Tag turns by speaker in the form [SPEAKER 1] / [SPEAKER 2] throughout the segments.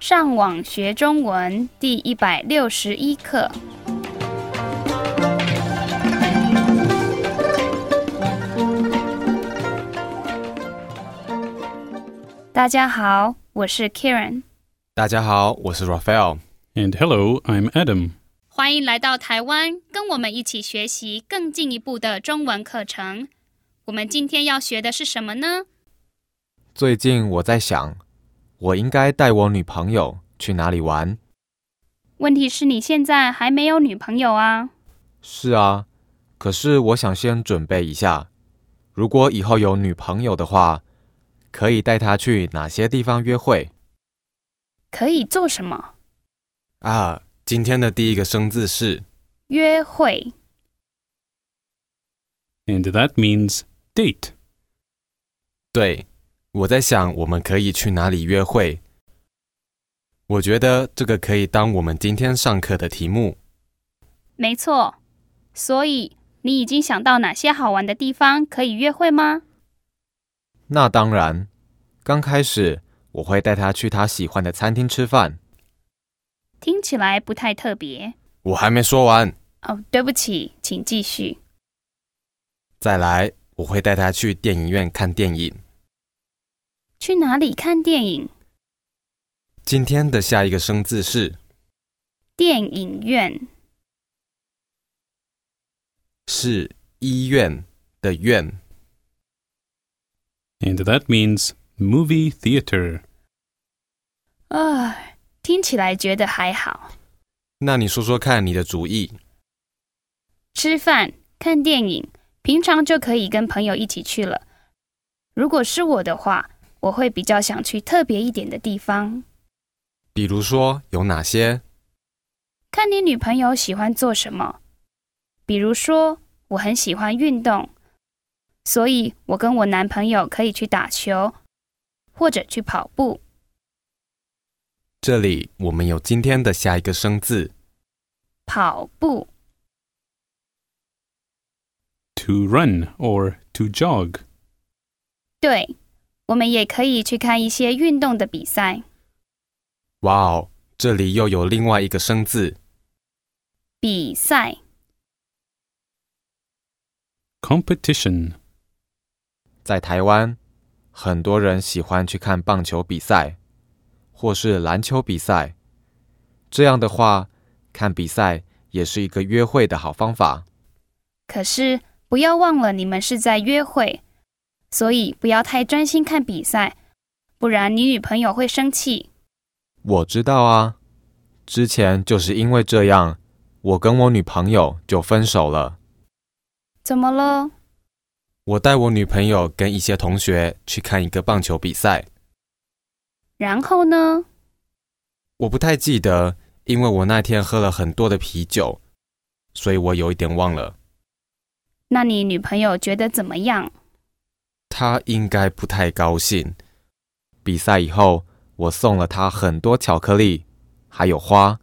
[SPEAKER 1] 上网学中文第一百六十一课。大家好，我是 Karen，
[SPEAKER 2] 大家好，我是 Raphael。
[SPEAKER 3] And hello, I'm Adam.
[SPEAKER 1] 欢迎来到台湾，跟我们一起学习更进一步的中文课程。我们今天要学的是什么呢？
[SPEAKER 2] 最近我在想，我应该带我女朋友去哪里玩？
[SPEAKER 1] 问题是你现在还没有女朋友啊。
[SPEAKER 2] 是啊，可是我想先准备一下，如果以后有女朋友的话，可以带她去哪些地方约会
[SPEAKER 1] 可以做什么？
[SPEAKER 2] 啊？今天的第一个生字是
[SPEAKER 1] 约会。
[SPEAKER 3] And that means date.
[SPEAKER 2] 对，我在想我们可以去哪里约会。我觉得这个可以当我们今天上课的题目。
[SPEAKER 1] 没错。所以你已经想到哪些好玩的地方可以约会吗？
[SPEAKER 2] 那当然，刚开始我会带她去她喜欢的餐厅吃饭。
[SPEAKER 1] 听起来不太特别。
[SPEAKER 2] 我还没说完，
[SPEAKER 1] 哦，对不起，请继续。
[SPEAKER 2] 再来，我会带她去电影院看电影。
[SPEAKER 1] 去哪里看电影？
[SPEAKER 2] 今天的下一个生字是
[SPEAKER 1] 电影院。
[SPEAKER 2] 是医院的院，
[SPEAKER 3] And that means movie theater.
[SPEAKER 1] 啊，听起来觉得还好。
[SPEAKER 2] 那你说说看你的主意。
[SPEAKER 1] 吃饭、看电影，平常就可以跟朋友一起去了。如果是我的话，我会比较想去特别一点的地方。
[SPEAKER 2] 比如说有哪些？
[SPEAKER 1] 看你女朋友喜欢做什么。比如说，我很喜欢运动，所以我跟我男朋友可以去打球，或者去跑步。
[SPEAKER 2] 这里我们有今天的下一个生字，
[SPEAKER 1] 跑步
[SPEAKER 3] To run or to jog.
[SPEAKER 1] 对，我们也可以去看一些运动的比赛，
[SPEAKER 2] 哇哦，这里又有另外一个生字，
[SPEAKER 1] 比赛
[SPEAKER 3] Competition.
[SPEAKER 2] 在台湾，很多人喜欢去看棒球比赛，或是篮球比赛。这样的话，看比赛也是一个约会的好方法。
[SPEAKER 1] 可是不要忘了，你们是在约会，所以不要太专心看比赛，不然你女朋友会生气。
[SPEAKER 2] 我知道啊，之前就是因为这样，我跟我女朋友就分手了。
[SPEAKER 1] 怎么了？
[SPEAKER 2] 我带我女朋友跟一些同学去看一个棒球比赛，
[SPEAKER 1] 然后呢？
[SPEAKER 2] 我不太记得，因为我那天喝了很多的啤酒，所以我有一点忘了。
[SPEAKER 1] 那你女朋友觉得怎么样？
[SPEAKER 2] 她应该不太高兴。比赛以后，我送了她很多巧克力，还有花，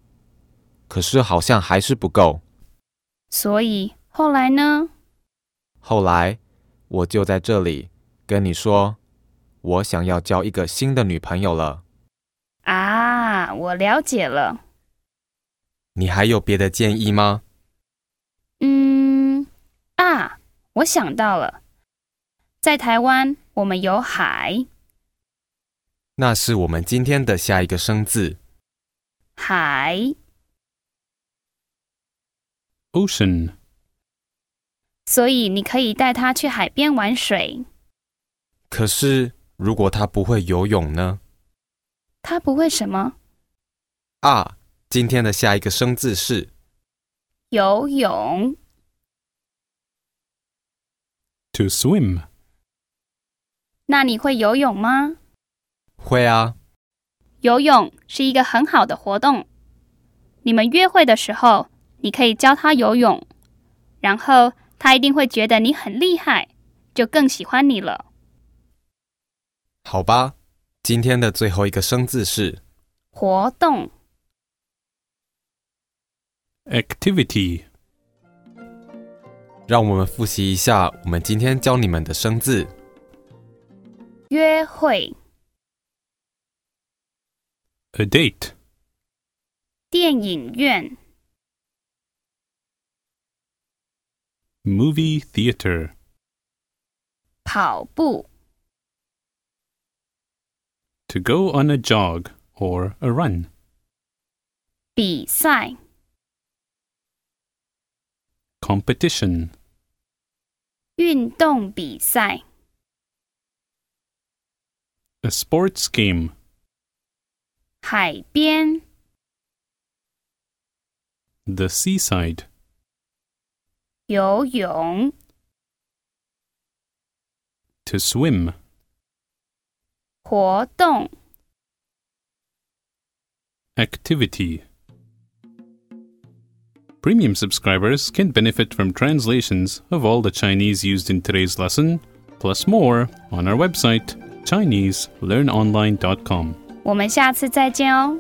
[SPEAKER 2] 可是好像还是不够。
[SPEAKER 1] 所以后来呢？
[SPEAKER 2] 后来，我就在这里跟你说，我想要交一个新的女朋友了。
[SPEAKER 1] 啊，我了解了。
[SPEAKER 2] 你还有别的建议吗？
[SPEAKER 1] 嗯，啊，我想到了，在台湾我们有海，
[SPEAKER 2] 那是我们今天的下一个生字，
[SPEAKER 1] 海，
[SPEAKER 3] Ocean.
[SPEAKER 1] 所以你可以带她去海边玩水。
[SPEAKER 2] 可是如果她不会游泳呢？
[SPEAKER 1] 她不会什么
[SPEAKER 2] 啊，今天的下一个生字是
[SPEAKER 1] 游泳，
[SPEAKER 3] To swim.
[SPEAKER 1] 那你会游泳吗？
[SPEAKER 2] 会啊。
[SPEAKER 1] 游泳是一个很好的活动。你们约会的时候，你可以教他游泳，然后他一定会觉得你很厉害，就更喜欢你了。
[SPEAKER 2] 好吧，今天的最后一个生字是
[SPEAKER 1] 活动
[SPEAKER 3] Activity.
[SPEAKER 2] 让我们复习一下我们今天教你们的生字：
[SPEAKER 1] 约会、
[SPEAKER 3] A date.
[SPEAKER 1] 电影院、
[SPEAKER 3] Movie theater.
[SPEAKER 1] 跑步、
[SPEAKER 3] To go on a jog or a run.
[SPEAKER 1] 比赛、
[SPEAKER 3] Competition.
[SPEAKER 1] 运动比赛、
[SPEAKER 3] A sports game.
[SPEAKER 1] 海边、
[SPEAKER 3] The seaside.
[SPEAKER 1] 游泳、
[SPEAKER 3] To swim.
[SPEAKER 1] 活动、
[SPEAKER 3] Activity. Premium subscribers can benefit from translations of all the Chinese used in today's lesson, plus more on our website, ChineseLearnOnline.com.
[SPEAKER 1] 我们下次再见哦。